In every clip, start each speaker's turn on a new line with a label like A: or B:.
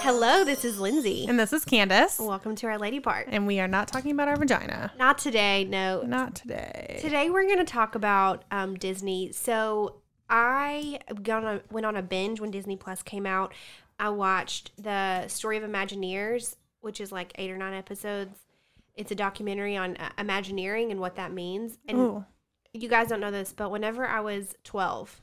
A: Hello, this is Lindsay.
B: And this is Candace.
A: Welcome to our lady part.
B: And we are not talking about our vagina.
A: Not today, no.
B: Not today.
A: Today we're going to talk about um, Disney. So I got on, went on a binge when Disney Plus came out. I watched the Story of Imagineers, which is like eight or nine episodes. It's a documentary on uh, Imagineering and what that means. And
B: Ooh.
A: you guys don't know this, but whenever I was twelve,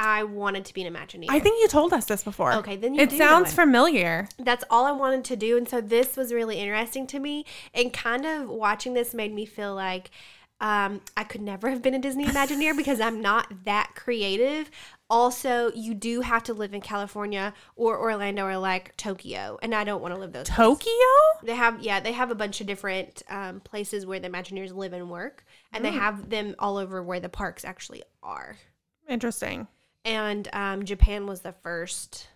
A: I wanted to be an Imagineer.
B: I think you told us this before.
A: Okay, then you
B: It
A: do
B: sounds
A: know it.
B: familiar.
A: that's all I wanted to do. And so this was really interesting to me. And kind of watching this made me feel like um, I could never have been a Disney Imagineer because I'm not that creative. Also, you do have to live in California or Orlando or like Tokyo. And I don't want to live those.
B: Tokyo?
A: They have, yeah, they have a bunch of different um, places where the Imagineers live and work. And they have them all over where the parks actually are.
B: Interesting.
A: And um, Japan was the first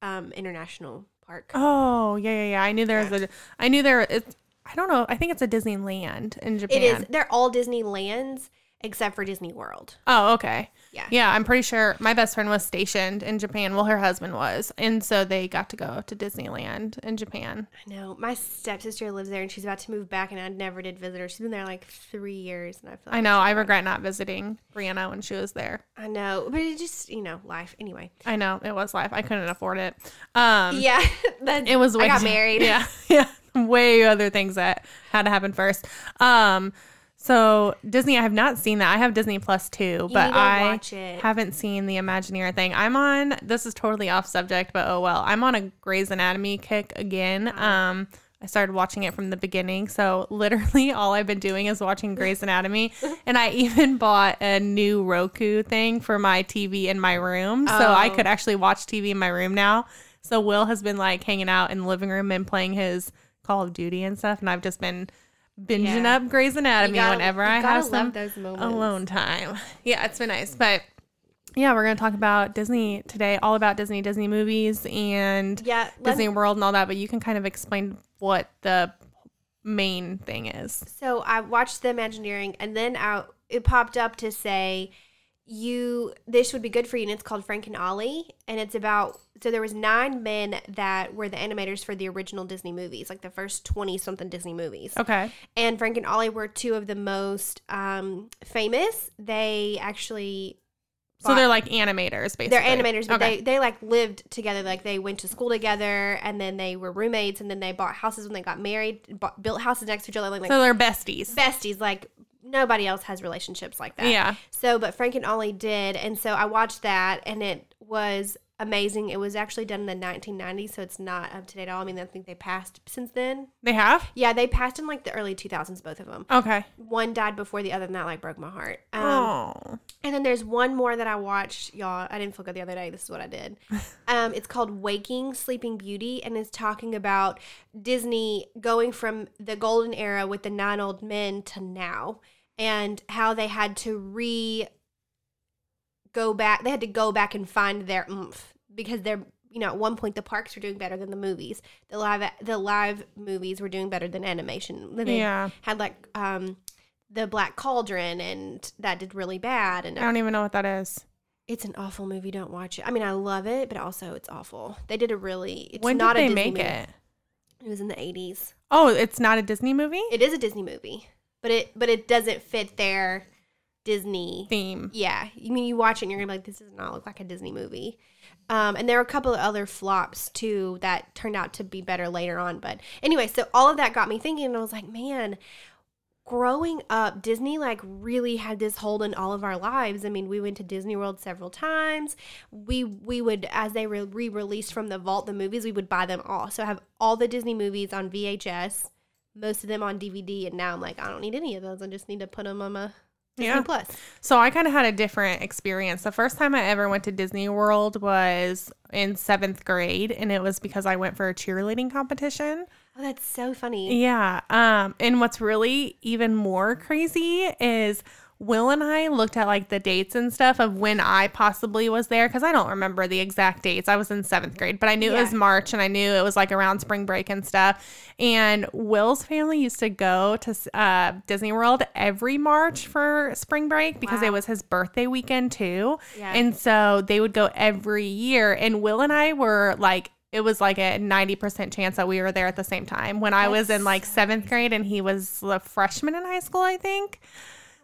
A: um, international park.
B: Oh, yeah, yeah, yeah. I knew there was a I knew there it's I don't know. I think it's a Disneyland in Japan.
A: It is. They're all Disneylands except for Disney World.
B: Oh, okay.
A: Yeah.
B: Yeah, I'm pretty sure my best friend was stationed in Japan. Well, her husband was. And so they got to go to Disneyland in Japan.
A: I know. My stepsister lives there and she's about to move back, and I never did visit her. She's been there like three years, and I feel like
B: I know. I regret not visiting Brianna when she was there.
A: I know, but it just you know life anyway.
B: I know it was life. I couldn't afford it. Um,
A: Yeah, that,
B: it was.
A: I
B: way-
A: got married.
B: Yeah, yeah. Way other things that had to happen first. Um, so Disney, I have not seen that. I have Disney Plus too, but
A: need to
B: I
A: watch it.
B: haven't seen the Imagineer thing. I'm on. This is totally off subject, but oh well. I'm on a Grey's Anatomy kick again.
A: Uh-huh.
B: Um. I started watching it from the beginning. So, literally, all I've been doing is watching Grey's Anatomy. and I even bought a new Roku thing for my TV in my room. So,
A: Oh.
B: I could actually watch TV in my room now. So Will has been like hanging out in the living room and playing his Call of Duty and stuff, and I've just been binging
A: Yeah.
B: up Grey's Anatomy
A: gotta-
B: whenever
A: you
B: I
A: gotta
B: have
A: love
B: some
A: those moments.
B: alone time. Yeah, it's been nice, but yeah, we're gonna talk about Disney today, all about Disney, Disney movies, and
A: Yeah, let-
B: Disney World and all that. But you can kind of explain what the main thing is.
A: So I watched the Imagineering, and then I, it popped up to say, "You, this would be good for you." And it's called Frank and Ollie, and it's about so there was nine men that were the animators for the original Disney movies, like the first twenty something Disney movies.
B: Okay.
A: And Frank and Ollie were two of the most um, famous. They actually
B: So they're like animators, basically.
A: they're animators, but
B: okay.
A: they they like lived together. Like they went to school together, and then they were roommates, and then they bought houses when they got married, bought, built houses next to each other, like
B: so they're besties.
A: besties. Like nobody else has relationships like that.
B: Yeah.
A: So, but Frank and Ollie did, and so I watched that, and it was amazing. It was actually done in the 1990s, so it's not up to date at all. I mean, I think they passed since then.
B: They have.
A: Yeah, they passed in like the early 2000s, both of them.
B: Okay.
A: One died before the other, and that like broke my heart. Um,
B: Oh.
A: and then there's one more that I watched, y'all. I didn't feel good the other day. This is what I did. Um, it's called Waking Sleeping Beauty, and it's talking about Disney going from the golden era with the nine old men to now, and how they had to re go back. They had to go back and find their oomph because they're you know at one point the parks were doing better than the movies. The live the live movies were doing better than animation. Then they
B: Yeah.
A: had like um the Black Cauldron, and that did really bad. And
B: I don't even know what that is.
A: it's an awful movie. Don't watch it. I mean, I love it, but also it's awful. They did a really. It's
B: when
A: not
B: did
A: a
B: they
A: Disney
B: make
A: movie.
B: it?
A: It was in the eighties.
B: Oh, it's not a Disney movie
A: It is a Disney movie, but it but it doesn't fit their Disney.
B: theme.
A: Yeah, you mean you watch it and you're gonna be like, this does not look like a Disney movie. Um, and there were a couple of other flops too that turned out to be better later on. But anyway, so all of that got me thinking, and I was like, man, growing up, Disney like really had this hold on all of our lives. I mean, we went to Disney World several times. We we would, as they were re-released from the vault, the movies we would buy them all. So I have all the Disney movies on VHS, most of them on DVD, and now I'm like, I don't need any of those. I just need to put them on my Disney
B: Yeah.
A: Plus.
B: So I kind of had a different experience. The first time I ever went to Disney World was in seventh grade, and it was because I went for a cheerleading competition.
A: Oh, that's so funny.
B: Yeah. Um, and what's really even more crazy is Will and I looked at like the dates and stuff of when I possibly was there because I don't remember the exact dates. I was in seventh grade, but I knew it was
A: Yeah.
B: March and I knew it was like around spring break and stuff. And Will's family used to go to uh, Disney World every March for spring break because
A: Wow.
B: it was his birthday weekend too.
A: Yeah.
B: And so they would go every year. And Will and I were like, it was like a 90% chance that we were there at the same time when I was
A: That's
B: in like seventh grade and he was a freshman in high school, I think.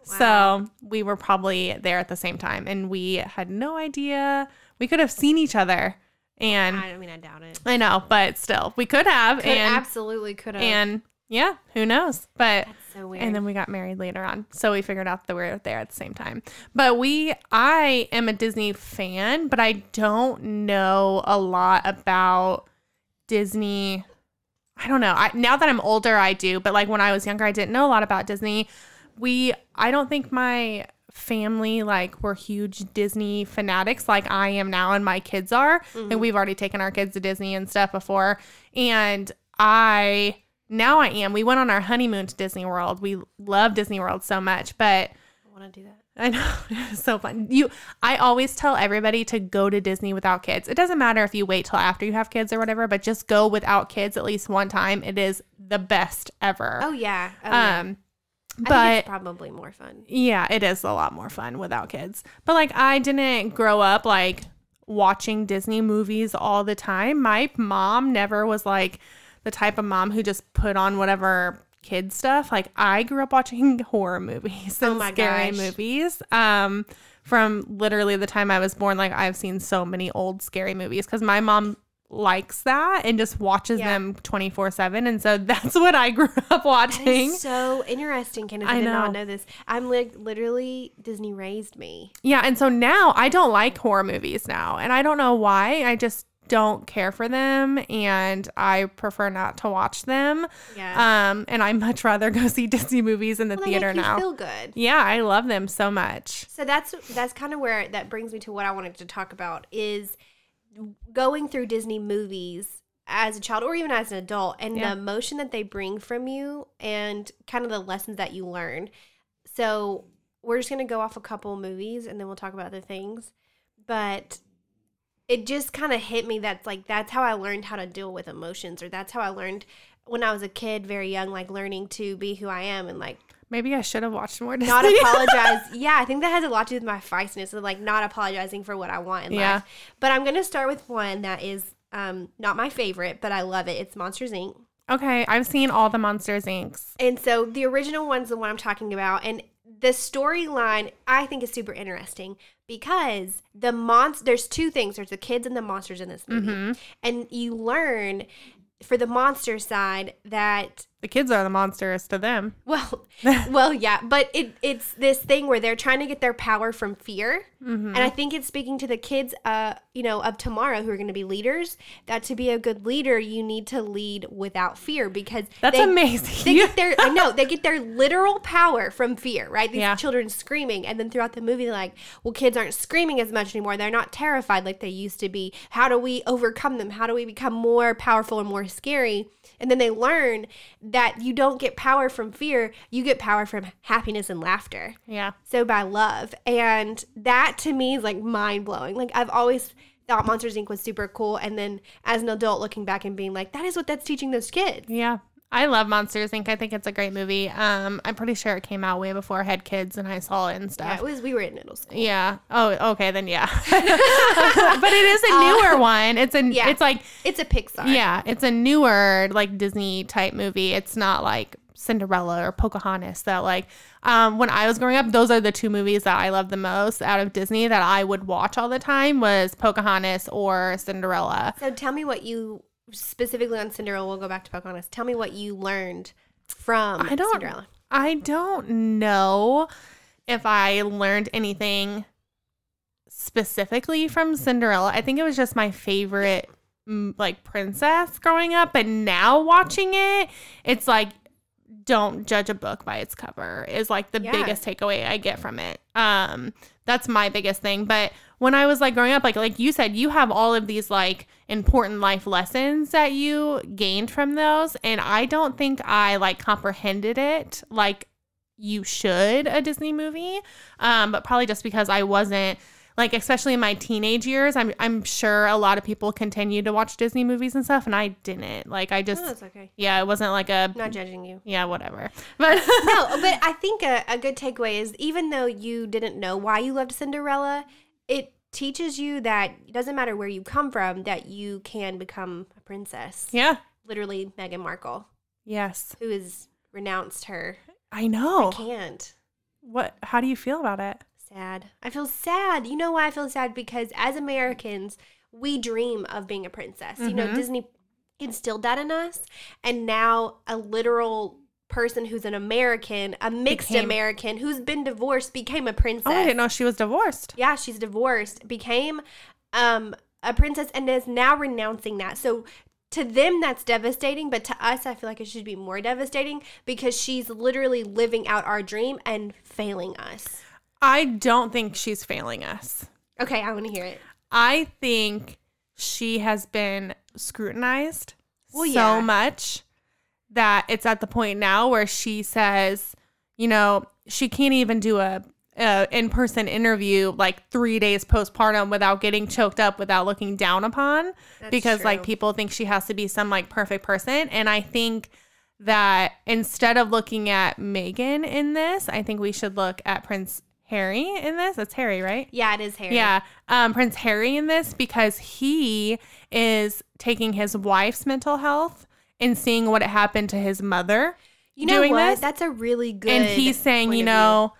A: Wow.
B: So we were probably there at the same time and we had no idea. We could have seen each other. And I,
A: I mean, I doubt it.
B: know, but still, we could have.
A: Could
B: and,
A: absolutely could have.
B: and yeah, who knows? But
A: so weird.
B: and then we got married later on. So we figured out that we were there at the same time. But we, I am a Disney fan, but I don't know a lot about Disney. I don't know. I, now that I'm older, I do. But like when I was younger, I didn't know a lot about Disney. We, I don't think my family like were huge Disney fanatics like I am now and my kids are.
A: Mm-hmm.
B: Like we've already taken our kids to Disney and stuff before. And I now I am. We went on our honeymoon to Disney World. We love Disney World so much, but
A: I want to do that.
B: I know it was so fun. You, I always tell everybody to go to Disney without kids. It doesn't matter if you wait till after you have kids or whatever, but just go without kids at least one time. It is the best ever.
A: Oh yeah. Oh, yeah.
B: um,
A: I think
B: but
A: it's probably more fun.
B: yeah, it is a lot more fun without kids. But like I didn't grow up like watching Disney movies all the time. My mom never was like the type of mom who just put on whatever kid stuff. Like I grew up watching horror movies and
A: Oh my
B: scary
A: gosh.
B: movies. Um from literally the time I was born, like I've seen so many old scary movies because my mom likes that and just watches
A: Yeah.
B: them 24-7 and so that's what i grew up
A: That
B: watching
A: is so interesting, Kenneth. I,
B: I
A: did not
B: know.
A: know this. I'm like literally Disney raised me.
B: Yeah, and so now I don't like horror movies now, and I don't know why. I just don't care for them, and I prefer not to watch them.
A: Yeah.
B: Um, and I much rather go see Disney movies in the
A: Well, they
B: theater
A: make you
B: now.
A: Feel good.
B: yeah, I love them so much.
A: So that's that's kind of where that brings me to what I wanted to talk about is going through Disney movies as a child or even as an adult and
B: Yeah.
A: the emotion that they bring from you and kind of the lessons that you learn. So we're just going to go off a couple movies and then we'll talk about other things. But it just kind of hit me that's like that's how I learned how to deal with emotions or that's how I learned when I was a kid very young like learning to be who I am and like
B: Maybe I should have watched more Disney.
A: not apologize. Yeah, I think that has a lot to do with my feistiness of like not apologizing for what I want in
B: Yeah.
A: life. But I'm gonna start with one that is um, not my favorite, but I love it. It's Monsters Inc.
B: okay, I've seen all the Monsters Inc.s.
A: And so the original one's the one I'm talking about, and the storyline I think is super interesting because the monst there's two things. There's the kids and the monsters in this movie, and you learn for the monster side that
B: The kids are the monsters to them.
A: Well, well, yeah, but it it's this thing where they're trying to get their power from fear, and I think it's speaking to the kids, uh, you know, of tomorrow who are going to be leaders. That to be a good leader, you need to lead without fear because
B: That's
A: they,
B: amazing.
A: They get their I know they get their literal power from fear, right? These
B: Yeah.
A: children screaming, and then throughout the movie, they're like, well, kids aren't screaming as much anymore. They're not terrified like they used to be. How do we overcome them? How do we become more powerful and more scary? And then they learn that you don't get power from fear. You get power from happiness and laughter.
B: yeah.
A: So by love. And that to me is like mind blowing. Like I've always thought Monsters Inc. was super cool. And then as an adult looking back and being like, that is what that's teaching those kids.
B: Yeah. I love Monsters Inc. I think it's a great movie. Um, I'm pretty sure it came out way before I had kids and I saw it and stuff.
A: Yeah, it was we were in middle school.
B: Yeah. Oh, okay, then yeah. but it is a newer one. It's a
A: Uh, yeah.
B: it's like
A: It's a Pixar.
B: yeah, it's a newer like Disney type movie. It's not like Cinderella or Pocahontas that like um when I was growing up, those are the two movies that I love the most out of Disney that I would watch all the time was Pocahontas or Cinderella.
A: So tell me what you specifically on Cinderella. We'll go back to Pocahontas. Tell me what you learned from
B: I don't
A: Cinderella.
B: I don't know if I learned anything specifically from Cinderella. I think it was just my favorite mm, like princess growing up, but now watching it, it's like don't judge a book by its cover is like the
A: Yeah.
B: biggest takeaway I get from it. Um that's my biggest thing, but when I was like growing up like like you said you have all of these like important life lessons that you gained from those and I don't think I like comprehended it like you should a Disney movie, um, but probably just because I wasn't like, especially in my teenage years. I'm I'm sure a lot of people continue to watch Disney movies and stuff, and I didn't. Like, I just
A: No, that's okay.
B: yeah, it wasn't like a
A: Not judging you.
B: yeah, whatever. But
A: No, but I think a, a good takeaway is even though you didn't know why you loved Cinderella, it teaches you that it doesn't matter where you come from, that you can become a princess.
B: yeah,
A: Literally, Meghan Markle,
B: yes,
A: who has renounced her,
B: I know.
A: can't.
B: What? How do you feel about it?
A: Sad. I feel sad. You know why I feel sad? Because as Americans, we dream of being a princess. You know,
B: Mhm.
A: Disney instilled that in us. And now a literal person who's an American, a mixed
B: Became-
A: American who's been divorced became a princess.
B: Oh, I didn't know she was divorced.
A: Yeah, she's divorced, became um a princess and is now renouncing that. So to them that's devastating, but to us I feel like it should be more devastating because she's literally living out our dream and failing us.
B: I don't think she's failing us.
A: Okay, I want to hear it.
B: I think she has been scrutinized
A: Well,
B: so
A: yeah.
B: much that it's at the point now where she says, you know, she can't even do a, a in person interview like three days postpartum without getting choked up, without looking down upon,
A: That's
B: because like
A: true.
B: people think she has to be some like perfect person, and I think. That instead of looking at Megan in this, I think we should look at Prince Harry in this. That's Harry, right?
A: Yeah, it is Harry.
B: Yeah, um, Prince Harry in this because he is taking his wife's mental health and seeing what happened to his mother,
A: you know
B: doing
A: what?
B: this,
A: That's a really good.
B: and he's saying,
A: point
B: you
A: of
B: know,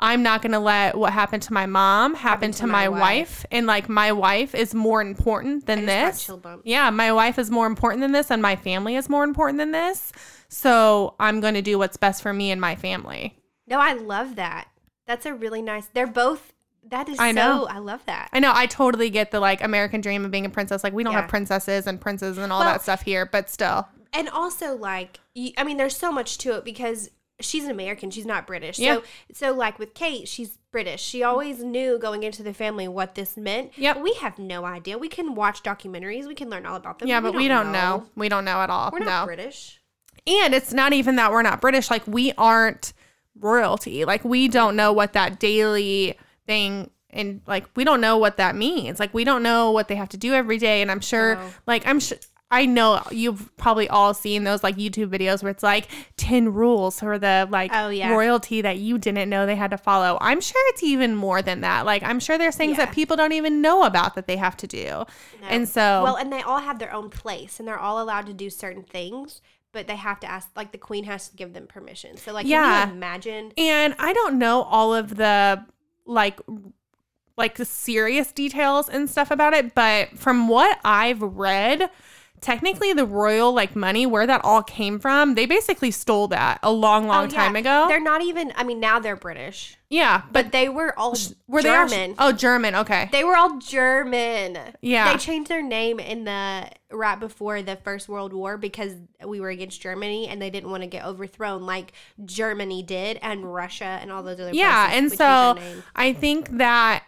B: I'm not going to let what happened to my mom happen to, my, wife. and like my wife is more important than
A: view. I just got
B: this.
A: chill bump.
B: Yeah, my wife is more important than this, and my family is more important than this. So I'm going to do what's best for me and my family.
A: No, I love that. That's a really nice. They're both. That is
B: I
A: so.
B: know.
A: I love that.
B: I know I totally get the like American dream of being a princess. Like we don't
A: Yeah.
B: have princesses and princes and all
A: Well-
B: that stuff here, but still.
A: and also like y- i mean there's so much to it because she's an american she's not british
B: Yeah.
A: so so like with kate she's british she always knew going into the family what this meant
B: Yep.
A: we have no idea we can watch documentaries we can learn all about them
B: Yeah, but we don't know. We don't know at all.
A: we're not
B: no.
A: british
B: And it's not even that we're not British. Like we aren't royalty. Like we don't know what that daily thing and like we don't know what that means. Like we don't know what they have to do every day. And I'm sure
A: No.
B: like I'm sure I know you've probably all seen those like YouTube videos where it's like 10 rules for the like
A: Oh, yeah.
B: royalty that you didn't know they had to follow. I'm sure it's even more than that. Like I'm sure there's things
A: Yeah.
B: that people don't even know about that they have to do. And so
A: well and they all have their own place and they're all allowed to do certain things but they have to ask like the queen has to give them permission so like
B: Yeah.
A: can you imagine
B: And I don't know all of the like like the serious details and stuff about it, but from what I've read, technically the royal like money where that all came from, they basically stole that a long long
A: Oh, yeah.
B: time ago.
A: they're not even i mean now they're british
B: yeah, but
A: but they were all
B: were
A: german
B: they actu- Oh, German. Okay.
A: They were all German.
B: Yeah.
A: They changed their name in the right before the First World War because we were against Germany and they didn't want to get overthrown like Germany did and Russia and all those other
B: yeah,
A: places.
B: and
A: we changed
B: so
A: their name.
B: I think that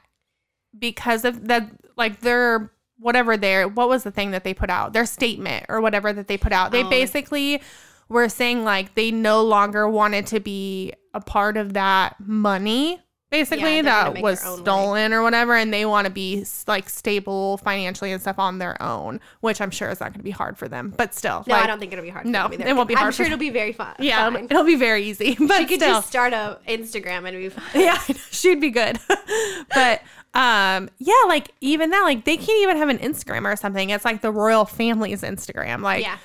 B: because of that like their whatever their what was the thing that they put out their statement or whatever that they put out they
A: Oh.
B: basically were saying like they no longer wanted to be a part of that money basically
A: Yeah, they wanna
B: that
A: make
B: was
A: their own way.
B: stolen or whatever and they want to be s- like stable financially and stuff on their own which i'm sure is not going to be hard for them but still
A: No,
B: like,
A: I don't think it'll be hard.
B: no,
A: for them either.
B: it won't be
A: I'm
B: hard
A: sure
B: for-
A: it'll be very fun. Um,
B: yeah
A: fine.
B: it'll be very easy but
A: She could
B: still.
A: just start a Instagram and be fine.
B: Yeah, I know. she'd be good. but um, yeah, like even that, like they can't even have an Instagram or something. It's like the royal family's Instagram. Like
A: Yeah.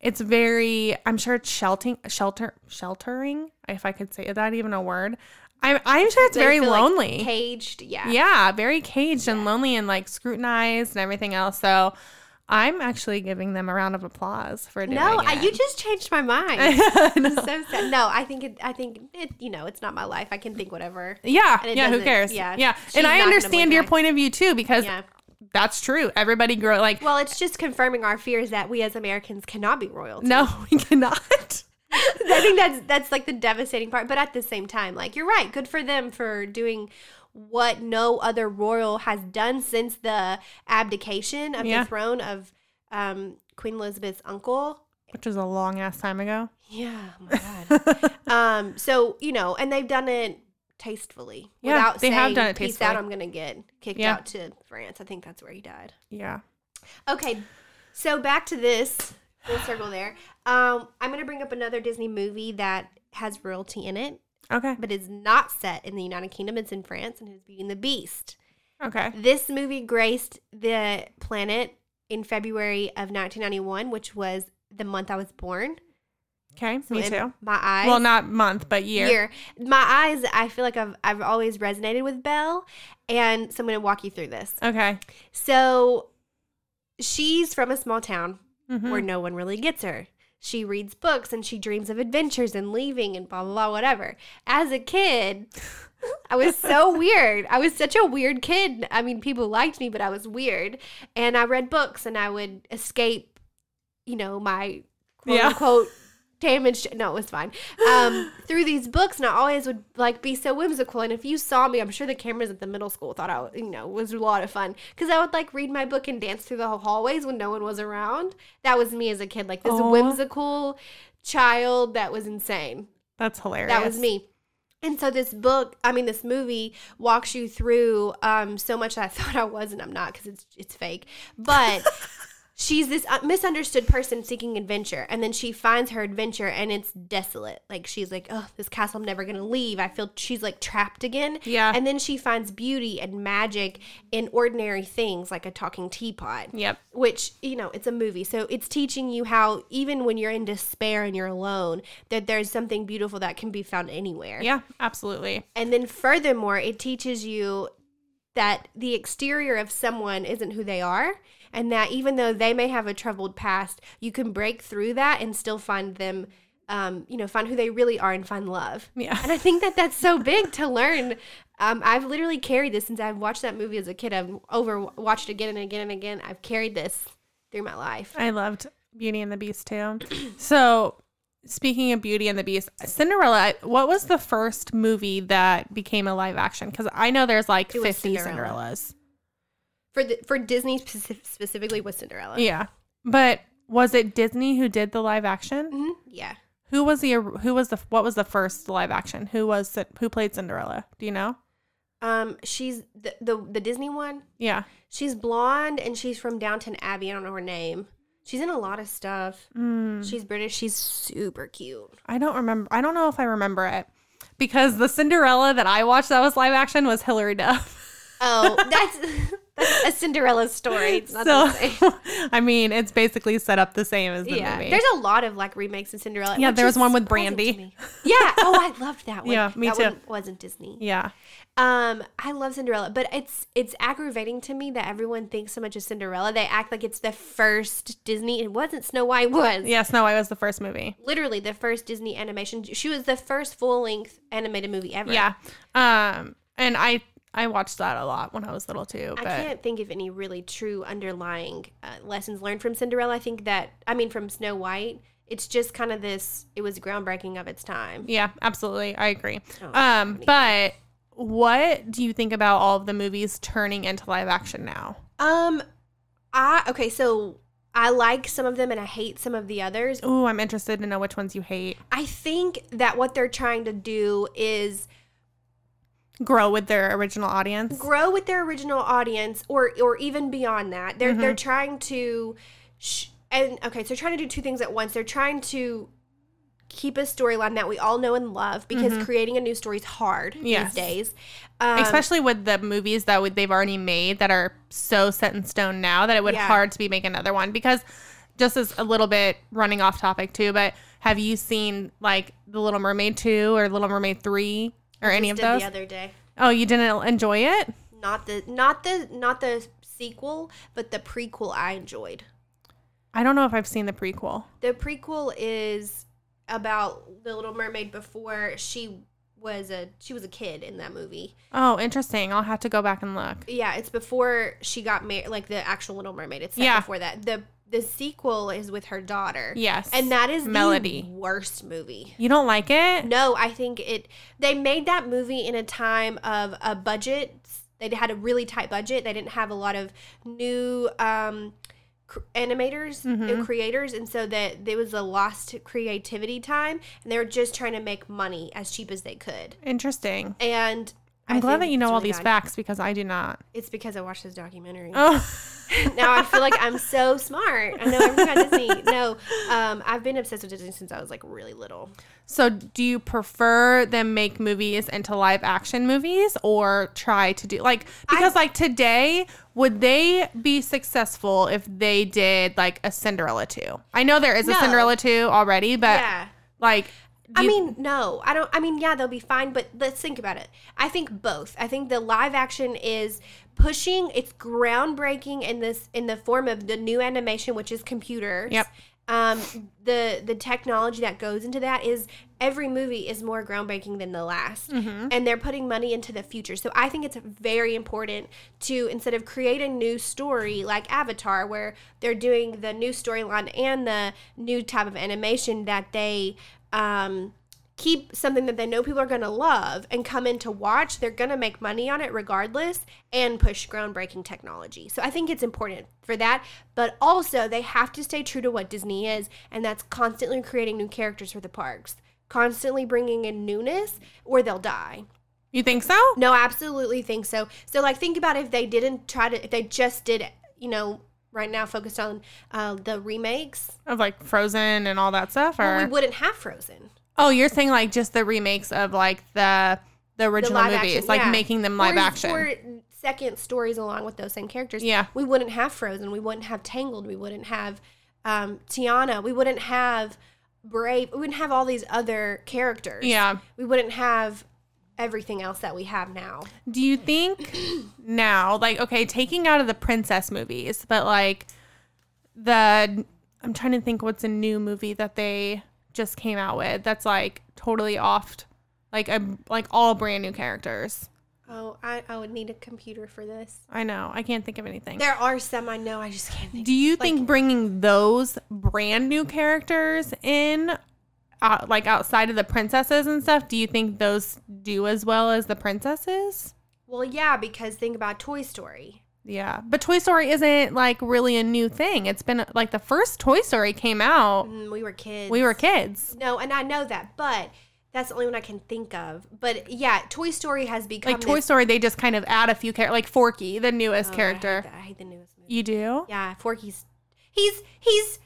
B: it's very, I'm sure it's sheltering, shelter, sheltering. If I could say is that even a word, I'm I'm sure it's
A: They
B: very
A: feel, like,
B: lonely.
A: caged. Yeah.
B: yeah, very caged and lonely and like scrutinized and everything else. So I'm actually giving them a round of applause for doing
A: No, I,
B: it.
A: you just changed my mind.
B: I know.
A: I'm so sad. No, I think it, I think it, you know, it's not my life. I can think whatever.
B: Yeah,
A: And it
B: yeah. Who
A: doesn't-
B: cares?
A: yeah,
B: Yeah, yeah.
A: she's
B: And
A: not
B: I
A: gonna blink
B: understand your
A: an eye.
B: point of view too because
A: Yeah.
B: that's true. Everybody grow like
A: Well, it's just confirming our fears that we as Americans cannot be royalty.
B: no, we cannot.
A: I think that's that's like the devastating part. But at the same time, like you're right, good for them for doing what no other royal has done since the abdication of
B: Yeah.
A: the throne of um, Queen Elizabeth's uncle
B: which was a long ass time ago.
A: Yeah, oh my god. um, so you know, and they've done it tastefully.
B: Yeah,
A: without
B: they
A: saying,
B: have done it
A: Peace out,
B: tastefully."
A: I'm gonna get kicked
B: Yeah.
A: out to France. I think that's where he died.
B: Yeah.
A: Okay, so back to this full circle there. Um, I'm gonna bring up another Disney movie that has royalty in it,
B: Okay.
A: but is not set in the United Kingdom. It's in France, and it's Beauty and the Beast.
B: Okay.
A: This movie graced the planet in February of 1991, which was the month I was born.
B: Okay.
A: So
B: Me
A: in
B: too.
A: My eyes.
B: Well, not month, but year.
A: My eyes, I feel like I've, I've always resonated with Belle, and so I'm going to walk you through this.
B: Okay.
A: So she's from a small town
B: Mhm.
A: where no one really gets her. She reads books and she dreams of adventures and leaving and blah, blah, blah, whatever. As a kid, I was so weird. I was such a weird kid. I mean, people liked me, but I was weird. And I read books and I would escape, you know, my quote
B: Yeah.
A: unquote damaged. No, it was fine. Um, through these books, and I always would like be so whimsical. And if you saw me, I'm sure the cameras at the middle school thought I, was, you know, was a lot of fun because I would like read my book and dance through the hallways when no one was around. That was me as a kid, like this
B: Aw.
A: whimsical child that was insane.
B: That's hilarious.
A: That was me. And so this book, I mean this movie, walks you through um, so much that I thought I was and I'm not because it's it's fake. But she's this uh, misunderstood person seeking adventure, and then she finds her adventure, and it's desolate. Like she's like, oh, this castle I'm never gonna leave. I feel she's like trapped again.
B: Yeah.
A: And then she finds beauty and magic in ordinary things like a talking teapot
B: Yep.
A: which you know it's a movie so it's teaching you how even when you're in despair and you're alone that there's something beautiful that can be found anywhere
B: Yeah. Absolutely.
A: and then furthermore it teaches you that the exterior of someone isn't who they are and that even though they may have a troubled past you can break through that and still find them um, you know find who they really are and find love
B: Yeah.
A: and I think that that's so big to learn. Um, I've literally carried this since I've watched that movie as a kid. I've over watched it again and again and again. I've carried this through my life.
B: I loved Beauty and the Beast too. so, speaking of Beauty and the Beast, Cinderella, I- what was the first movie that became a live action? Because I know there's like
A: It was
B: 50
A: Cinderella.
B: Cinderellas.
A: For the, for Disney specif- specifically with Cinderella.
B: Yeah. But was it Disney who did the live action?
A: Mhm. Yeah.
B: Who was the who was the what was the first live action? Who was Cin- who played Cinderella? Do you know?
A: Um, she's the, the the Disney one.
B: Yeah.
A: She's blonde and she's from Downton Abbey. I don't know her name. She's in a lot of stuff.
B: Mm,
A: She's British. She's super cute.
B: I don't remember. I don't know if I remember it because the Cinderella that I watched that was live action was Hilary Duff.
A: Oh, that's that's a Cinderella story. It's not the same.
B: so, I mean, it's basically set up the same as the
A: yeah,
B: movie.
A: there's a lot of like remakes of Cinderella.
B: Yeah,
A: which
B: there was
A: is
B: one with
A: surprising to
B: Brandy.
A: me. Yeah. Oh, I loved that one.
B: Yeah, me
A: that
B: too.
A: One wasn't Disney.
B: yeah,
A: Um, I love Cinderella, but it's it's aggravating to me that everyone thinks so much of Cinderella. They act like it's the first Disney. It wasn't Snow White was.
B: yeah. Snow White was the first movie.
A: Literally the first Disney animation. She was the first full length animated movie ever.
B: Yeah, um, and I I watched that a lot when I was little too.
A: I
B: But
A: can't think of any really true underlying uh, lessons learned from Cinderella. I think that I mean from Snow White. It's just kind of this. It was groundbreaking of its time.
B: yeah, absolutely, I agree.
A: Oh,
B: um,
A: me
B: but what do you think about all of the movies turning into live action now?
A: Um, I okay. So I like some of them and I hate some of the others.
B: Ooh, I'm interested to know which ones you hate.
A: I think that what they're trying to do is
B: Grow with their original audience.
A: grow with their original audience, or or even beyond that. They're they're trying to, sh- and okay, so they're trying to do two things at once. They're trying to keep a storyline that we all know and love because creating a new story is hard
B: Yes.
A: these days. Um,
B: Especially with the movies that would, they've already made that are so set in stone now that it would
A: Yeah.
B: hard to be make another one because just as a little bit running off topic too, but have you seen like The Little Mermaid two or Little Mermaid three or any of
A: just did
B: those?
A: the other day.
B: oh, you didn't enjoy it?
A: Not the not the not the sequel, but the prequel I enjoyed.
B: I don't know if I've seen the prequel.
A: The prequel is about the Little Mermaid before she was a she was a kid in that movie.
B: Oh, interesting. I'll have to go back and look.
A: Yeah, it's before she got married, like the actual Little Mermaid. It's set
B: Yeah.
A: before that. The the sequel is with her daughter.
B: Yes.
A: and that is
B: Melody.
A: the worst movie.
B: You don't like it?
A: No, I think it. They made that movie in a time of a budget. They had a really tight budget. They didn't have a lot of new um, cr- animators
B: Mm-hmm.
A: and creators, and so that there was a lost creativity time, and they were just trying to make money as cheap as they could.
B: Interesting.
A: And
B: I'm
A: I
B: glad
A: think
B: that you know
A: it's
B: all
A: really
B: these
A: bad.
B: facts because I do not.
A: It's because I watched this documentary.
B: Oh,
A: now I feel like I'm so smart. I know everything about Disney. No, um, I've been obsessed with Disney since I was like really little.
B: so do you prefer them make movies into live action movies or try to do like because like today would they be successful if they did like a Cinderella 2? I know there is a
A: No.
B: Cinderella 2 already, but
A: Yeah.
B: like
A: I
B: do you-
A: mean, no, I don't. I mean, yeah, they'll be fine, but let's think about it. I think both. I think the live action is pushing. It's groundbreaking in this in the form of the new animation, which is computers.
B: Yep.
A: Um, the the technology that goes into that is every movie is more groundbreaking than the last, and they're putting money into the future. So I think it's very important to instead of create a new story like Avatar, where they're doing the new storyline and the new type of animation that they um, keep something that they know people are going to love and come in to watch. They're going to make money on it regardless and push groundbreaking technology. So I think it's important for that. But also, they have to stay true to what Disney is, and that's constantly creating new characters for the parks, constantly bringing in newness, or they'll die.
B: you think so?
A: No, I absolutely think so. So, like, think about if they didn't try to, if they just did, you know, right now focused on uh, the remakes,
B: Of like Frozen and all that stuff or
A: we wouldn't have Frozen.
B: Oh, you're saying like just the remakes of like the
A: the
B: the original
A: live
B: movies,
A: action,
B: like
A: yeah.
B: making them live
A: or,
B: action.
A: or second stories along with those same characters.
B: Yeah.
A: we wouldn't have Frozen, we wouldn't have Tangled, we wouldn't have um, Tiana, we wouldn't have Brave, we wouldn't have all these other characters.
B: yeah.
A: we wouldn't have everything else that we have now.
B: Do you think now, like, okay, taking out of the princess movies, but like the I'm trying to think what's a new movie that they just came out with that's like totally off, like a like all brand new characters.
A: Oh, I, I would need a computer for this.
B: I know I can't think of anything.
A: There are some I know, I just can't think.
B: Do you think bringing those brand new characters in, uh, like outside of the princesses and stuff, do you think those do as well as the princesses?
A: Well, yeah, because think about Toy Story.
B: Yeah, but Toy Story isn't like really a new thing. It's been like the first Toy Story came out.
A: Mm, we were kids.
B: We were kids.
A: No, and I know that, but that's the only one I can think of. But yeah, Toy Story has become
B: Like Toy
A: this-
B: Story, they just kind of add a few characters, like Forky, the
A: Oh,
B: newest
A: I hate
B: character.
A: that. I hate, the newest movie.
B: You do?
A: Yeah, Forky's. He's he's.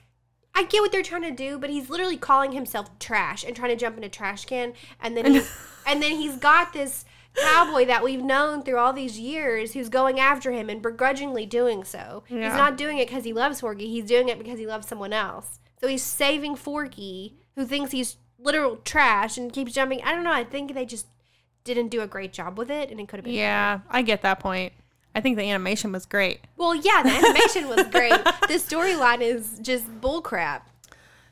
A: I get what they're trying to do, but he's literally calling himself trash and trying to jump in a trash can, and then he's, and then he's got this cowboy that we've known through all these years who's going after him and begrudgingly doing so. He's
B: Yeah.
A: not doing it because he loves Forky. He's doing it because he loves someone else. So he's saving Forky, who thinks he's literal trash and keeps jumping. I don't know. I think they just didn't do a great job with it, and it could have been
B: Yeah, I get that point. I think the animation was great.
A: Well, yeah, the animation was great. The storyline is just bullcrap.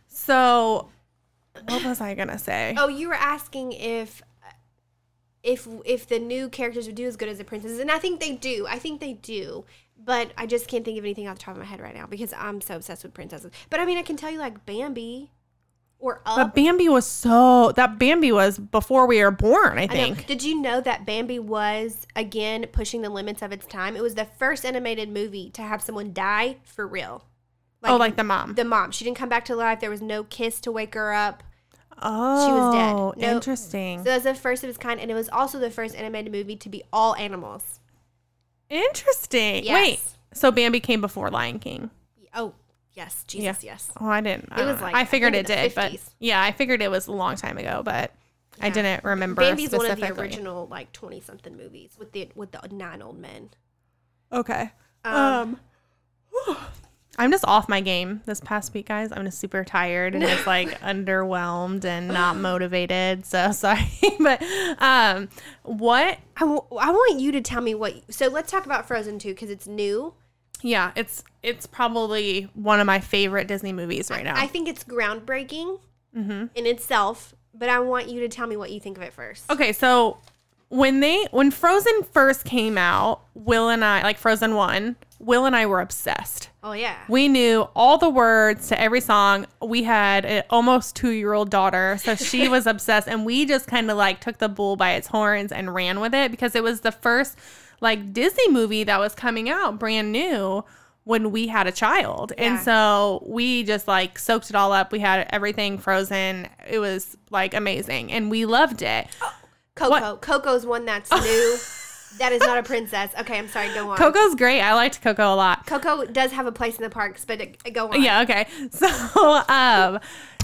B: So, what was I gonna say?
A: Oh, you were asking if if if the new characters would do as good as the princesses, and I think they do. I think they do. But I just can't think of anything off the top of my head right now because I'm so obsessed with princesses. But I mean, I can tell you like Bambi or
B: But
A: Up.
B: Bambi was so that Bambi was before we were born, I
A: I know.
B: think.
A: Did you know that Bambi was again pushing the limits of its time? It was the first animated movie to have someone die for real.
B: oh, like the mom.
A: the mom. She didn't come back to life. There was no kiss to wake her up.
B: oh,
A: dead. No.
B: Interesting.
A: So it was the first of its kind, and it was also the first animated movie to be all animals.
B: interesting.
A: Yes.
B: Wait. So Bambi came before Lion King.
A: Oh, yes, Jesus, yes.
B: Oh, I didn't. I
A: It was
B: don't know.
A: like-
B: I
A: I
B: figured it
A: think in the
B: did, but
A: 50s.
B: yeah, I figured it was a long time ago, but I
A: Yeah.
B: didn't remember
A: Bambi's one of
B: specifically.
A: the original like twenty something movies with the with the nine old men.
B: Okay. Um,
A: Um,
B: I'm just off my game this past week, guys. I'm just super tired and just like underwhelmed and not motivated. So sorry, but um, what?
A: I, w- I want you to tell me what. So let's talk about Frozen two because it's new.
B: Yeah, it's it's probably one of my favorite Disney movies right now.
A: I think it's groundbreaking in itself, but I want you to tell me what you think of it first.
B: Okay, so when they when Frozen first came out, Will and I like Frozen 1, Will and I were obsessed.
A: Oh yeah,
B: We knew all the words to every song. We had an almost 2-year-old daughter, so she was obsessed and we just kind of like took the bull by its horns and ran with it because it was the first like Disney movie that was coming out brand new when we had a child. And
A: Yeah.
B: so we just like soaked it all up. We had everything frozen. It was like amazing and we loved it.
A: Coco. Coco's one that's new. that is not a princess. Okay, I'm sorry. Go on.
B: Coco's great. I liked Coco a lot.
A: Coco does have a place in the parks, but it, go on.
B: Yeah, okay. So um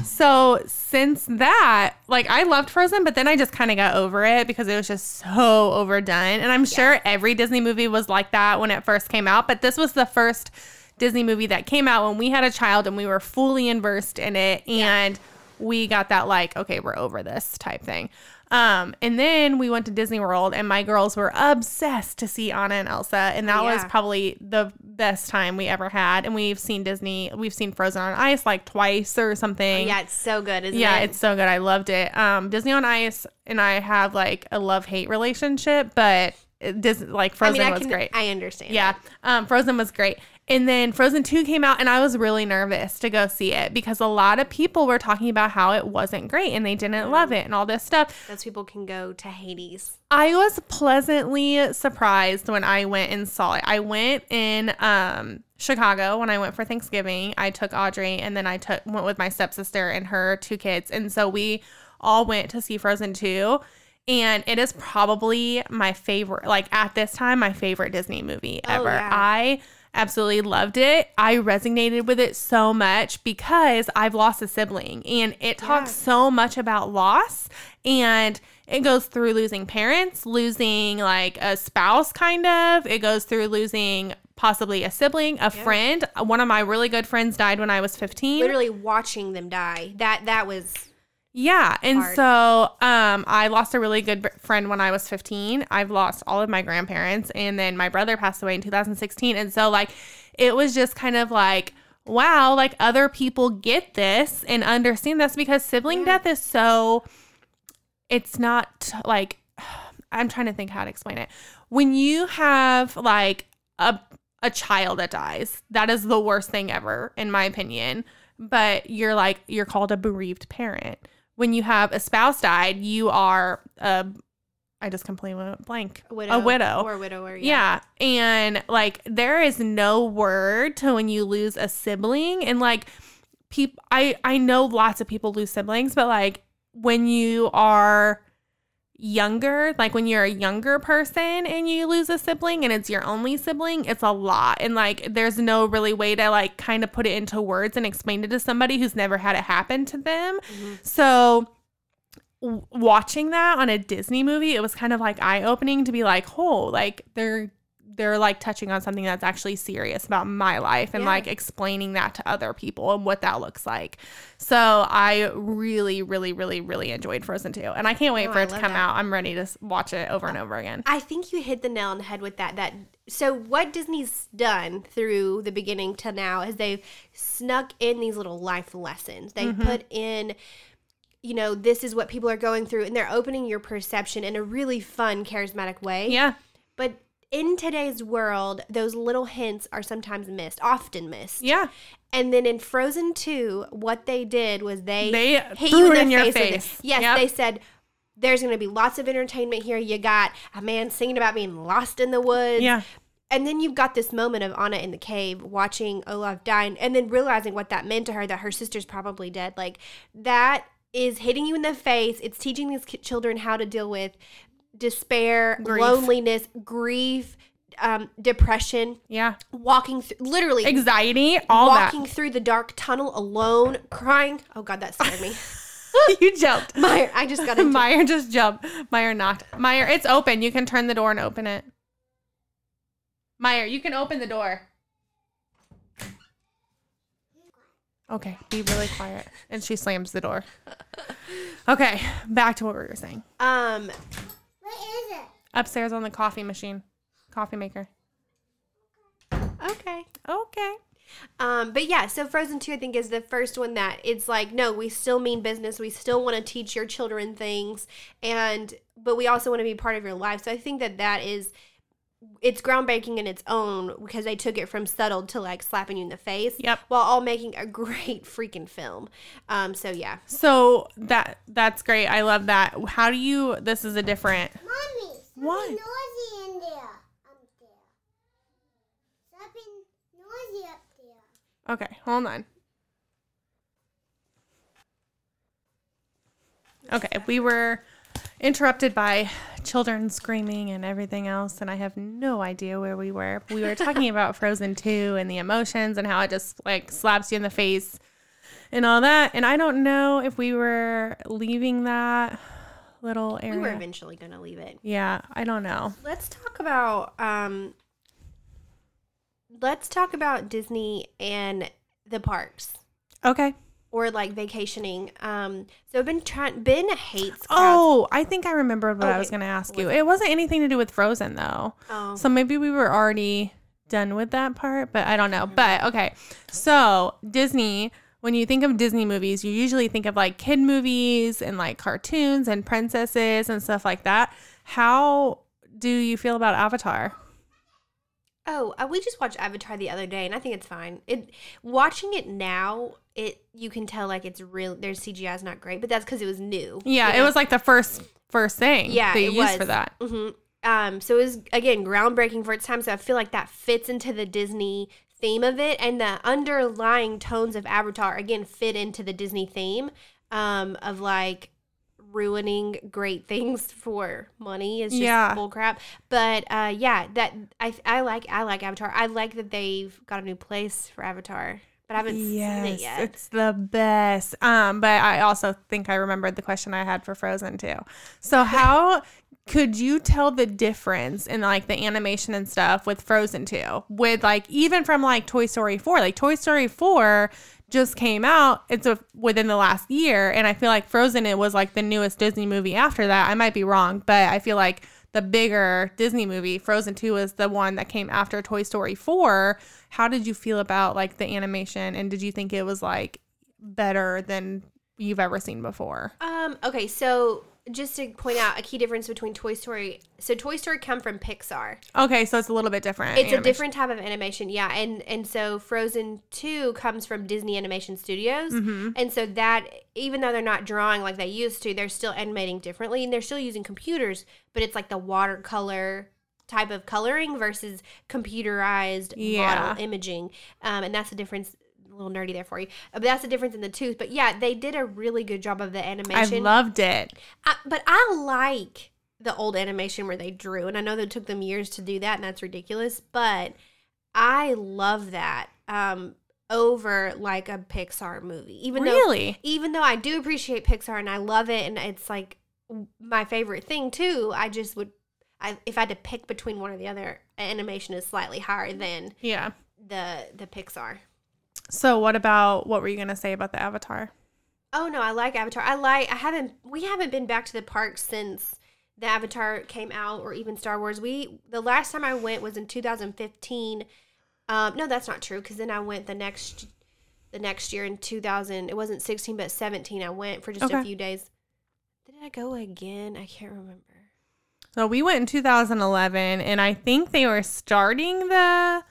B: so since that, like I loved Frozen, but then I just kind of got over it because it was just so overdone. And I'm sure every Disney movie was like that when it first came out, but this was the first Disney movie that came out when we had a child and we were fully immersed in it and we got that like okay, we're over this type thing. Um, and then we went to Disney World, and my girls were obsessed to see Anna and Elsa, and that was
A: Yeah.
B: probably the best time we ever had. And we've seen Disney, we've seen Frozen on Ice like twice or something.
A: Yeah, it's so good, isn't
B: Yeah,
A: it?
B: it's so good. I loved it. Um, Disney on Ice and I have like a love hate relationship, but it Dis- like
A: I
B: Frozen
A: mean, I
B: was
A: can.
B: great.
A: I understand.
B: Yeah, um, Frozen was great. And then Frozen 2 came out, and I was really nervous to go see it because a lot of people were talking about how it wasn't great and they didn't
A: Mm.
B: love it and all this stuff.
A: Those people can go to Hades.
B: I was pleasantly surprised when I went and saw it. I went in um, Chicago when I went for Thanksgiving. I took Audrey, and then I took went with my stepsister and her two kids, and so we all went to see Frozen 2. And it is probably my favorite, like at this time, my favorite Disney movie ever.
A: yeah.
B: I absolutely loved it. I resonated with it so much because I've lost a sibling and it talks so much about loss and it goes through losing parents, losing like a spouse kind of. It goes through losing possibly a sibling, a friend. One of my really good friends died when I was 15.
A: Literally watching them die. That that was
B: Yeah, and
A: hard.
B: so um, I lost a really good b- friend when I was 15. I've lost all of my grandparents, and then my brother passed away in 2016. And so, like, it was just kind of like, wow, like other people get this and understand this because sibling death is so, it's not like, I'm trying to think how to explain it. When you have like a a child that dies, that is the worst thing ever, in my opinion. But you're like you're called a bereaved parent. When you have a spouse died, you are a I just completely went blank.
A: a widow.
B: A widow.
A: or widower.
B: Yeah. And like there is no word to when you lose a sibling and like people I I know lots of people lose siblings, but like when you are younger, like when you're a younger person and you lose a sibling and it's your only sibling, it's a lot. And like there's no really way to like kind of put it into words and explain it to somebody who's never had it happen to them.
A: Mhm.
B: So w- watching that on a Disney movie, it was kind of like eye opening to be like, "Oh, like they're they're like touching on something that's actually serious about my life and
A: Yeah.
B: like explaining that to other people and what that looks like." So I really, really, really, really enjoyed Frozen 2. And I can't wait
A: Oh,
B: for
A: I
B: it to
A: love
B: come
A: that. Uh,
B: out. I'm ready to s- watch it over and over again.
A: I think you hit the nail on the head with that. That so what Disney's done through the beginning to now is they've snuck in these little life lessons. They
B: Mm-hmm.
A: put in, you know, this is what people are going through, and they're opening your perception in a really fun, charismatic way.
B: Yeah.
A: But in today's world, those little hints are sometimes missed, often missed.
B: Yeah.
A: And then in Frozen 2, what they did was they,
B: They
A: hit
B: threw
A: you in,
B: it
A: the
B: in your
A: face. with it.
B: face.
A: Yes,
B: Yep.
A: they said there's going to be lots of entertainment here. You got a man singing about being lost in the woods.
B: Yeah.
A: And then you've got this moment of Anna in the cave watching Olaf die and- and then realizing what that meant to her that her sister's probably dead. Like that is hitting you in the face. It's teaching these ki- children how to deal with despair,
B: Grief.
A: loneliness, grief, um, depression,
B: Yeah.
A: walking through literally
B: Anxiety, all
A: walking through the dark tunnel alone, crying. Oh God, that scared me.
B: that. you jumped.
A: Meyer, I just got into
B: Meyer just jumped. Meyer knocked. Meyer, it's open. You can turn the door and open it. Meyer, you can open the door. Okay, be really quiet. And she slams the door. Okay, back to what we were saying.
A: um.
C: What is it?
B: Upstairs on the coffee machine, coffee maker.
A: Okay.
B: Okay.
A: Um, but yeah, so Frozen 2, I think, is the first one that it's like, no, we still mean business. We still want to teach your children things. And, but we also want to be part of your life. So I think that that is, it's groundbreaking in its own because they took it from subtle to like slapping you in the face.
B: Yep.
A: While all making a great freaking film. Um, so yeah.
B: So that that's great. I love that. How do you this is a different
C: Mommy, something
B: Why?
C: noisy in there. Up there. Something noisy
B: Okay, hold on. Okay, we were interrupted by children screaming and everything else, and I have no idea where we were. We were talking about Frozen 2 and the emotions and how it just like slaps you in the face and all that. And I don't know if we were leaving that little
A: We
B: area.
A: were eventually going to leave it.
B: yeah, I don't know.
A: Let's talk about um let's talk about Disney and the parks
B: Okay.
A: or like vacationing. Um so I've been trying Ben hates crowds.
B: Oh, I think I remembered what I was
A: Okay.
B: going to ask you. It wasn't anything to do with Frozen, though.
A: Oh.
B: So maybe we were already done with that part, but I don't know. But okay. So, Disney, when you think of Disney movies, you usually think of like kid movies and like cartoons and princesses and stuff like that. How do you feel about Avatar?
A: Oh, uh, we just watched Avatar the other day and I think it's fine. It watching it now, it you can tell like it's real their CGI is not great, but that's cuz it was new.
B: Yeah, it was like the first first thing
A: Yeah,
B: they
A: it
B: used
A: was.
B: for that.
A: Mhm. Um, so it was again groundbreaking for its time. So I feel like that fits into the Disney theme of it, and the underlying tones of Avatar again fit into the Disney theme um, of like ruining great things for money is just
B: Yeah.
A: bull crap. But uh, yeah, that I I like I like Avatar. I like that they've got a new place for Avatar, but I haven't seen it yet.
B: It's the best. Um, but I also think I remembered the question I had for Frozen too. So how could you tell the difference in like the animation and stuff with Frozen 2? With like even from like Toy Story 4. Like Toy Story 4 just came out. It's a, within the last year and I feel like Frozen it was like the newest Disney movie after that. I might be wrong, but I feel like the bigger Disney movie, Frozen 2 is the one that came after Toy Story 4. How did you feel about like the animation and did you think it was like better than you've ever seen before?
A: Um, okay, so just to point out a key difference between Toy Story. So Toy Story come from Pixar.
B: Okay, so it's a little bit different.
A: it's
B: animation.
A: a different type of animation yeah and and so frozen 2 comes from disney animation studios
B: Mm-hmm.
A: and so that even though they're not drawing like they used to they're still animating differently and they're still using computers but it's like the watercolor type of coloring versus computerized
B: Yeah.
A: model imaging um, and that's the difference a little nerdy there for you uh, but that's the difference in the two but yeah they did a really good job of the
B: I
A: animation
B: loved it.
A: I, but I like the old animation where they drew, and I know that it took them years to do that, and that's ridiculous. But I love that um, over like a Pixar movie, even though
B: really?
A: even though I do appreciate Pixar and I love it, and it's like my favorite thing too. I just would. I, if I had to pick between one or the other, animation is slightly higher than
B: yeah.
A: the the Pixar.
B: So what about what were you gonna say about the Avatar?
A: Oh no, I like Avatar. I like I haven't we haven't been back to the park since the Avatar came out or even Star Wars. We the last time I went was in 2015. Um no, that's not true cuz then I went the next the next year in 2000. It wasn't 16 but 17. I went for just a
B: Okay.
A: few days. Did I go again? I can't remember.
B: So we went in 2011, and I think they were starting the.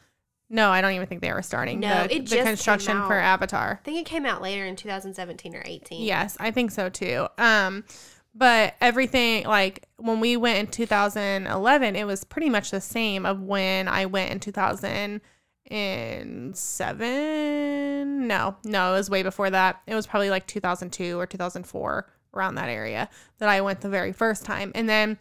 B: No, I don't even think they were starting
A: No,
B: the,
A: it just
B: the
A: came
B: construction for
A: out.
B: Avatar.
A: I think it came out later in 2017 or 18.
B: Yes, I think so too. Um, but everything like when we went in 2011, it was pretty much the same of when I went in 2007. No, no, it was way before that. It was probably like 2002 or 2004 around that area that I went the very first time, and then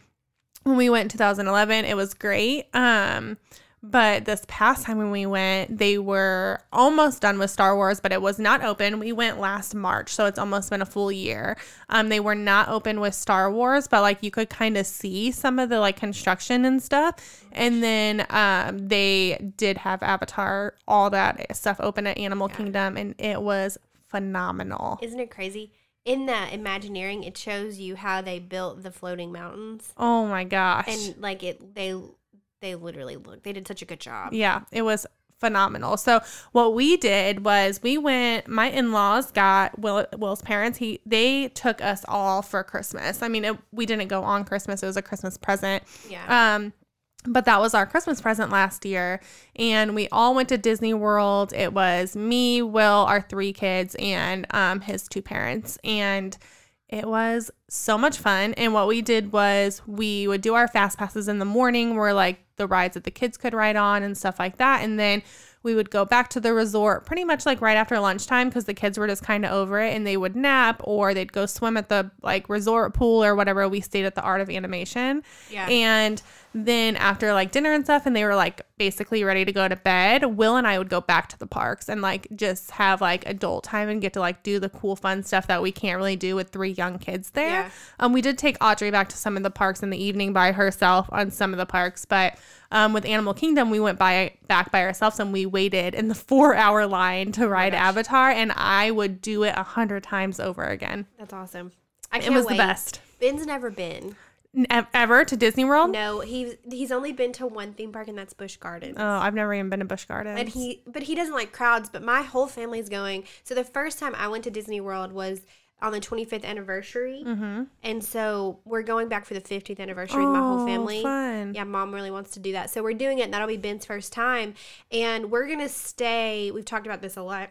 B: when we went in 2011 it was great um but this past time when we went they were almost done with star wars but it was not open we went last march so it's almost been a full year um they were not open with star wars but like you could kind of see some of the like construction and stuff and then um they did have avatar all that stuff open at animal kingdom and it was phenomenal
A: Isn't it crazy? In the Imagineering, it shows you how they built the floating mountains.
B: oh my gosh
A: and like it they they literally look they did such a good job
B: Yeah, it was phenomenal. So what we did was we went. My in laws got Will, Will's parents. He they took us all for Christmas. I mean, it, we didn't go on Christmas. It was a Christmas present.
A: yeah
B: Um, but that was our Christmas present last year, and we all went to Disney World. It was me, Will, our three kids, and um, his two parents, and it was so much fun. And what we did was we would do our fast passes in the morning, where like the rides that the kids could ride on and stuff like that, and then We would go back to the resort pretty much like right after lunchtime because the kids were just kind of over it and they would nap or they'd go swim at the like resort pool or whatever. We stayed at the Art of Animation.
A: Yeah.
B: And then after like dinner and stuff, and they were like basically ready to go to bed, Will and I would go back to the parks and like just have like adult time and get to like do the cool, fun stuff that we can't really do with three young kids there.
A: Yeah.
B: Um, we did take Audrey back to some of the parks in the evening by herself on some of the parks, but um, with Animal Kingdom, we went by back by ourselves and we waited in the four hour line to
A: Oh
B: ride Avatar, and I would do it a hundred times over again.
A: That's awesome. I
B: It
A: can't
B: was
A: wait.
B: the best
A: Ben's never been.
B: N- ev- ever to Disney World.
A: No, he's he's only been to one theme park, and that's Busch Gardens.
B: Oh, I've never even been to Busch Gardens.
A: and he but he doesn't like crowds but my whole family's going so the first time i went to disney world was on the 25th anniversary
B: Mm-hmm.
A: and so we're going back for the 50th anniversary with my whole
B: Oh,
A: family
B: fun.
A: yeah mom really wants to do that so we're doing it and that'll be ben's first time and we're gonna stay we've talked about this a lot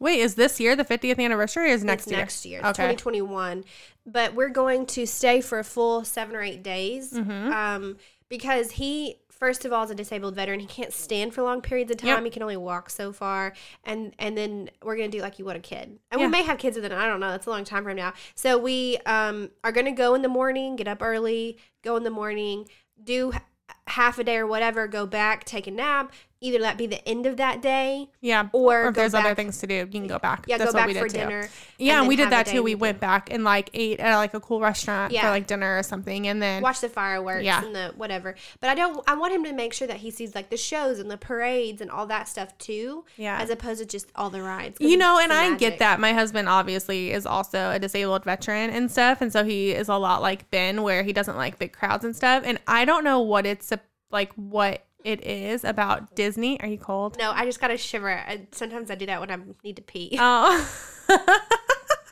B: Wait, is this year the 50th anniversary or is next
A: it's
B: year?
A: next year, it's
B: Okay.
A: 2021. But we're going to stay for a full seven or eight days
B: Mm-hmm.
A: um, because he, first of all, is a disabled veteran. He can't stand for long periods of time.
B: Yep.
A: He can only walk so far. And and then we're gonna do like you would a kid. And we
B: Yeah.
A: may have kids with it. I don't know. That's a long time from now. So we um, are gonna go in the morning, get up early, go in the morning, do h- half a day or whatever, go back, take a nap. Either that be the end of that day.
B: Yeah.
A: Or
B: if
A: go
B: there's other
A: back-
B: things to do, you can go back.
A: Yeah,
B: That's
A: go
B: what
A: back
B: we did
A: for
B: too.
A: dinner.
B: Yeah, and
A: then
B: we did
A: have a
B: that
A: day
B: too.
A: in
B: We
A: between.
B: went back and like ate at like a cool restaurant for
A: Yeah.
B: like dinner or something. And then
A: watch the fireworks
B: Yeah.
A: and the whatever. But I don't. I want him to make sure that he sees like the shows and the parades and all that stuff too.
B: Yeah.
A: As opposed to just all the rides. 'cause
B: you know,
A: it's
B: and
A: the
B: I
A: magic.
B: get that. My husband obviously is also a disabled veteran and stuff, and so he is a lot like Ben, where he doesn't like big crowds and stuff. And I don't know what it's a, like what it is about Disney. Are you cold?
A: No, I just got a shiver. I, sometimes I do that when I need to pee.
B: Uh, Oh,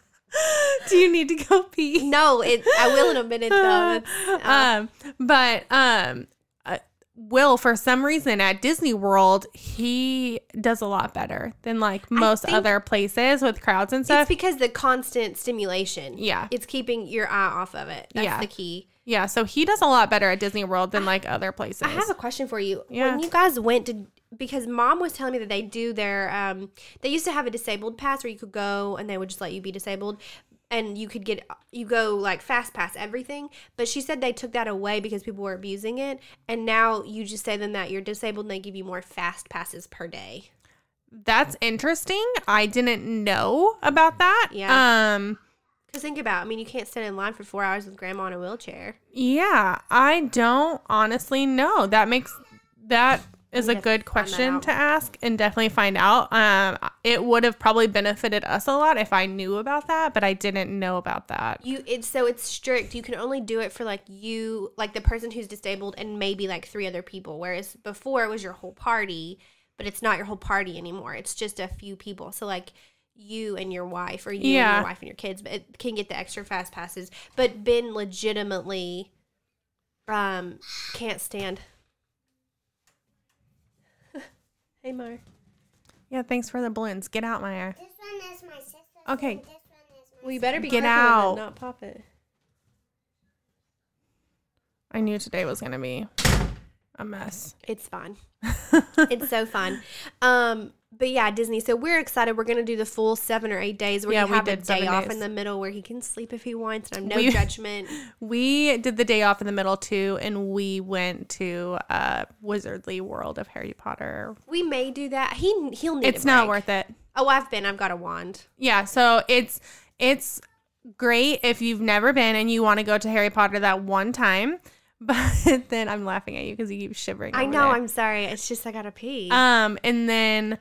B: do you need to go pee?
A: no, it. I will in a minute though. uh, That's-
B: um, but um, uh, Will, for some reason at Disney World, he does a lot better than like most
A: think-
B: other places with crowds and
A: It's
B: stuff.
A: because the constant stimulation.
B: Yeah.
A: It's keeping your eye off of it. That's
B: Yeah.
A: the key.
B: yeah, so he does a lot better at Disney World than like other places.
A: I have a question for you.
B: Yeah.
A: When you guys went to because mom was telling me that they do their um they used to have a disabled pass where you could go and they would just let you be disabled and you could get you go like fast pass everything but she said they took that away because people were abusing it and now you just say them that you're disabled and they give you more fast passes per day
B: That's interesting. I didn't know about that.
A: Yeah.
B: Um.
A: because think about i mean you can't stand in line for four hours with grandma in a wheelchair
B: Yeah, I don't honestly know. That makes that is a
A: have
B: good
A: to find that
B: question
A: out.
B: to ask and definitely find out. Um, it would have probably benefited us a lot if I knew about that, but I didn't know about that.
A: you it's so it's strict you can only do it for like you like the person who's disabled and maybe like three other people whereas before it was your whole party but it's not your whole party anymore it's just a few people so like you and your wife or you and
B: Yeah.
A: your wife and your kids but it can get the extra fast passes but ben legitimately um can't stand hey mar
B: Yeah, thanks for the balloons. Get out, Maya.
C: This one is my sister's.
B: Okay.
C: and This one is
A: well you better be
B: Get
A: careful
B: out.
A: and not pop it
B: I knew today was gonna be a mess.
A: It's fun. it's so fun. Um, but yeah, Disney. So we're excited. We're gonna do the full seven or eight days where
B: Yeah,
A: you
B: we
A: have a
B: did seven
A: day off
B: days.
A: in the middle where he can sleep if he wants, and I'm no
B: We-
A: judgment.
B: We did the day off in the middle too, and we went to uh, Wizardly World of Harry Potter.
A: We may do that. He he'll need.
B: It's not
A: break.
B: worth it.
A: Oh, I've been. I've got a wand.
B: Yeah, so it's it's great if you've never been and you want to go to Harry Potter that one time. But then I'm laughing at you because you keep shivering.
A: I
B: over
A: know.
B: there.
A: I'm sorry. It's just I gotta pee.
B: Um, and then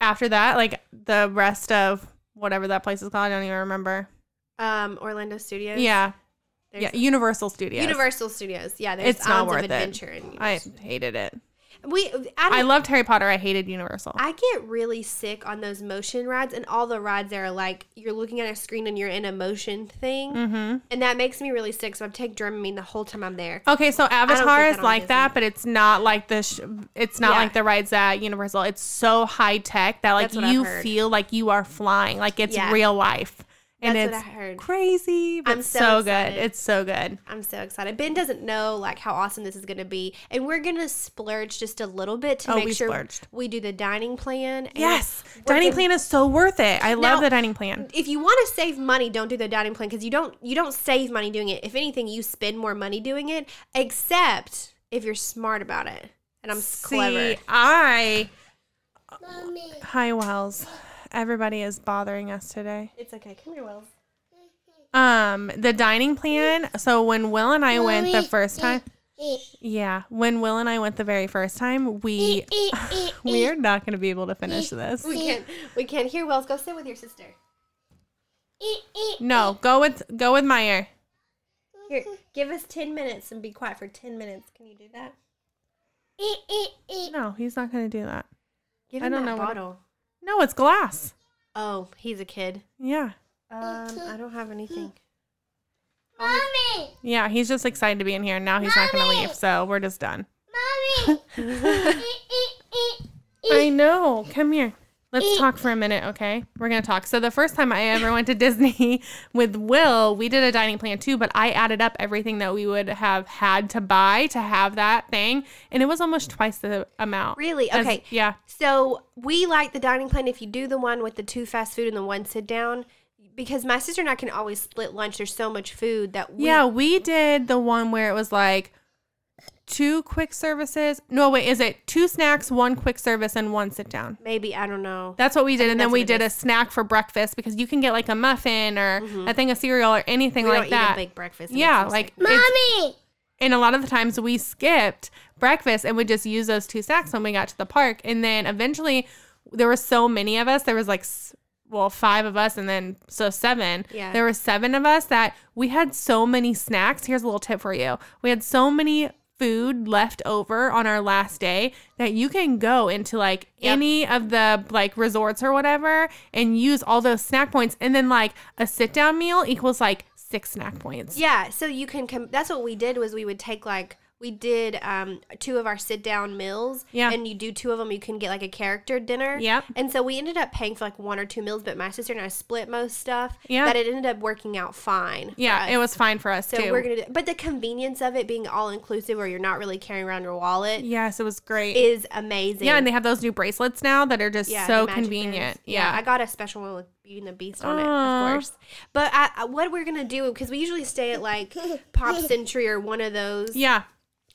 B: after that, like the rest of whatever that place is called, I don't even remember.
A: um, Orlando Studios.
B: Yeah,
A: There's
B: yeah, Universal Studios.
A: Universal Studios. Yeah. There's
B: It's not
A: Islands
B: worth
A: of
B: it.
A: Adventure and
B: I hated it.
A: we. I,
B: I
A: don't
B: loved Harry Potter. I hated Universal.
A: I get really sick on those motion rides, and all the rides there are like you're looking at a screen and you're in a motion thing,
B: Mm-hmm.
A: and that makes me really sick. So I take Dramamine the whole time I'm there.
B: Okay, so Avatar
A: that
B: is
A: on
B: like
A: Disney.
B: that, but it's not like the sh- it's not
A: Yeah.
B: like the rides at Universal. It's so high tech that like
A: That's what I've
B: you
A: heard.
B: feel like you are flying, like it's
A: Yeah.
B: real life. and
A: That's
B: it's
A: what I heard.
B: crazy, but
A: I'm
B: it's
A: so
B: so,
A: excited.
B: good. It's so good.
A: I'm so excited. Ben doesn't know like how awesome this is going to be, and we're going to splurge just a little bit to
B: Oh,
A: make
B: we
A: sure
B: splurged.
A: we do the dining plan. and
B: Yes,
A: we're
B: dining
A: gonna-
B: plan is so worth it. I
A: Now-
B: love the dining plan.
A: If you want to save money, don't do the dining plan because you don't you don't save money doing it. If anything, you spend more money doing it. Except if you're smart about it, and I'm s- clever.
B: See, I
C: Mommy.
B: hi Wells. Everybody is bothering us today.
A: It's okay. Come here, Wells.
B: Um, the dining plan. So when Will and I went the
C: Mommy, Eh,
B: first time,
C: Eat,
B: yeah, when Will and I went the very first time, we
C: eat, eat, eat,
B: we are not going to be able to finish this.
A: We can't we can't hear Wells. Go sit with your sister.
C: eat, eat.
B: No, go with go with Meyer.
A: Here, give us ten minutes and be quiet for ten minutes. Can you do that?
C: Eat, eat, eat.
B: No, he's not going to do that.
A: Give
B: I
A: him
B: don't
A: that
B: know what-
A: bottle.
B: No, it's glass.
A: Oh, he's a kid.
B: Yeah,
A: Um, I don't have anything.
C: Mommy.
B: yeah. He's just excited to be in here. and Now he's not going to leave, so we're just done.
C: Mommy. Eh, eat, eat, eat.
B: I know. Come here. Let's talk for a minute, okay? We're gonna talk. So the first time I ever went to Disney with Will, we did a dining plan too, but I added up everything that we would have had to buy to have that thing, and it was almost twice the amount.
A: Really?
B: As-
A: Okay.
B: yeah.
A: So we like the dining plan if you do the one with the two fast food and the one sit down, because my sister and I can always split lunch. There's so much food that we,
B: yeah, we did the one where it was like two quick services. No, wait, is it two snacks, one quick service, and one sit down?
A: maybe I don't know.
B: That's what we did, and then
A: that's
B: we
A: what it
B: did a snack for breakfast because you can get like a muffin or a thing of cereal or anything
A: Mm-hmm. we don't
B: like that.
A: eat a big breakfast. It
B: Yeah,
A: makes me
B: like
A: sick.
B: it's,
C: Mommy.
B: and a lot of the times we skipped breakfast and would just use those two snacks when we got to the park. And then eventually, there were so many of us. There was like, s- well, five of us, and then so seven.
A: Yeah.
B: There were seven of us that we had so many snacks. Here's a little tip for you: we had so many food left over on our last day that you can go into like
A: Yep.
B: any of the like resorts or whatever and use all those snack points and then like a sit down meal equals like six snack points
A: yeah. So you can come. That's what we did was we would take like we did um, two of our sit down meals.
B: Yeah.
A: And you do two of them, you can get like a character dinner.
B: Yep.
A: And so we ended up paying for like one or two meals, but my sister and I split most stuff.
B: Yeah.
A: That it ended up working out fine. for
B: Yeah,
A: us.
B: it was fine for us
A: So
B: too.
A: we're gonna, do, but the convenience of it being all inclusive, where you're not really carrying around your wallet,
B: yes, it was great.
A: is amazing.
B: yeah, and they have those new bracelets now that are just
A: Yeah,
B: so
A: the magic
B: convenient.
A: bands.
B: Yeah.
A: I got a special one with Beauty and the Beast on it,
B: Aw.
A: of course. But I, I- what we're gonna do because we usually stay at like Pop Century or one of those.
B: yeah.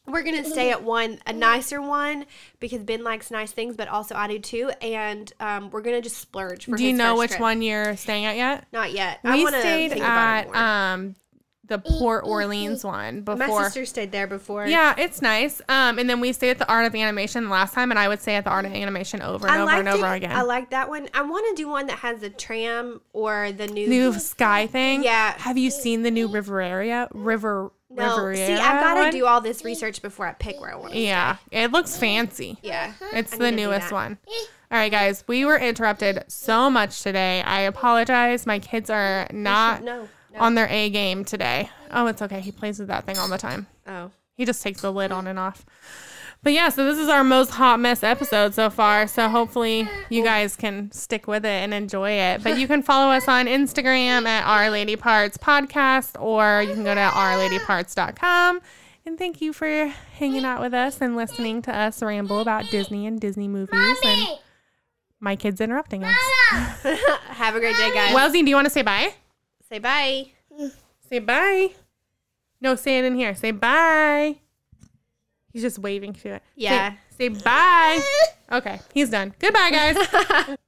A: We're gonna
B: Mm-hmm.
A: stay at one, a nicer one, because Ben likes nice things, but also I do too. And um, we're gonna just splurge. for
B: Do you
A: his
B: know
A: first
B: which
A: trip.
B: one you're staying at yet?
A: Not yet. I
B: we
A: wanna
B: stayed
A: think about it
B: at
A: more.
B: um the Port Orleans one
A: My
B: before.
A: sister stayed there before.
B: Yeah, it's nice. Um, and then we stayed at the Art of Animation last time, and I would stay at the Art of Animation over and over and
A: liked
B: over
A: it.
B: again.
A: I like that one. I want to do one that has the tram or the new.
B: new sky thing.
A: Yeah.
B: Have you seen the new Riviera? River.
A: no,
B: Riviera
A: see, I've got to
B: one?
A: do all this research before I pick where I want to.
B: Yeah, it looks fancy.
A: Yeah.
B: It's
A: Uh-huh. I
B: the
A: need to do
B: newest
A: that. Eh.
B: one. All right, guys, we were interrupted so much today. I apologize. My kids are not
A: No. no.
B: on their A game today. Oh, it's okay. He plays with that thing all the time.
A: oh.
B: He just takes the lid on and off. But yeah, so this is our most hot mess episode so far. So hopefully you guys can stick with it and enjoy it. But you can follow us on Instagram at Our Lady Parts Podcast or you can go to ourladyparts.com. And thank you for hanging out with us and listening to us ramble about Disney and Disney movies and
C: Mommy.
B: my kids interrupting us.
C: Ah.
A: Have a great day, guys.
B: Wellsy, do you want to say bye?
A: Say bye.
B: Say bye. No, say it in here. Say bye. He's just waving to it. Say-
A: Yeah.
B: Say, bye. Okay, he's done. Goodbye, guys.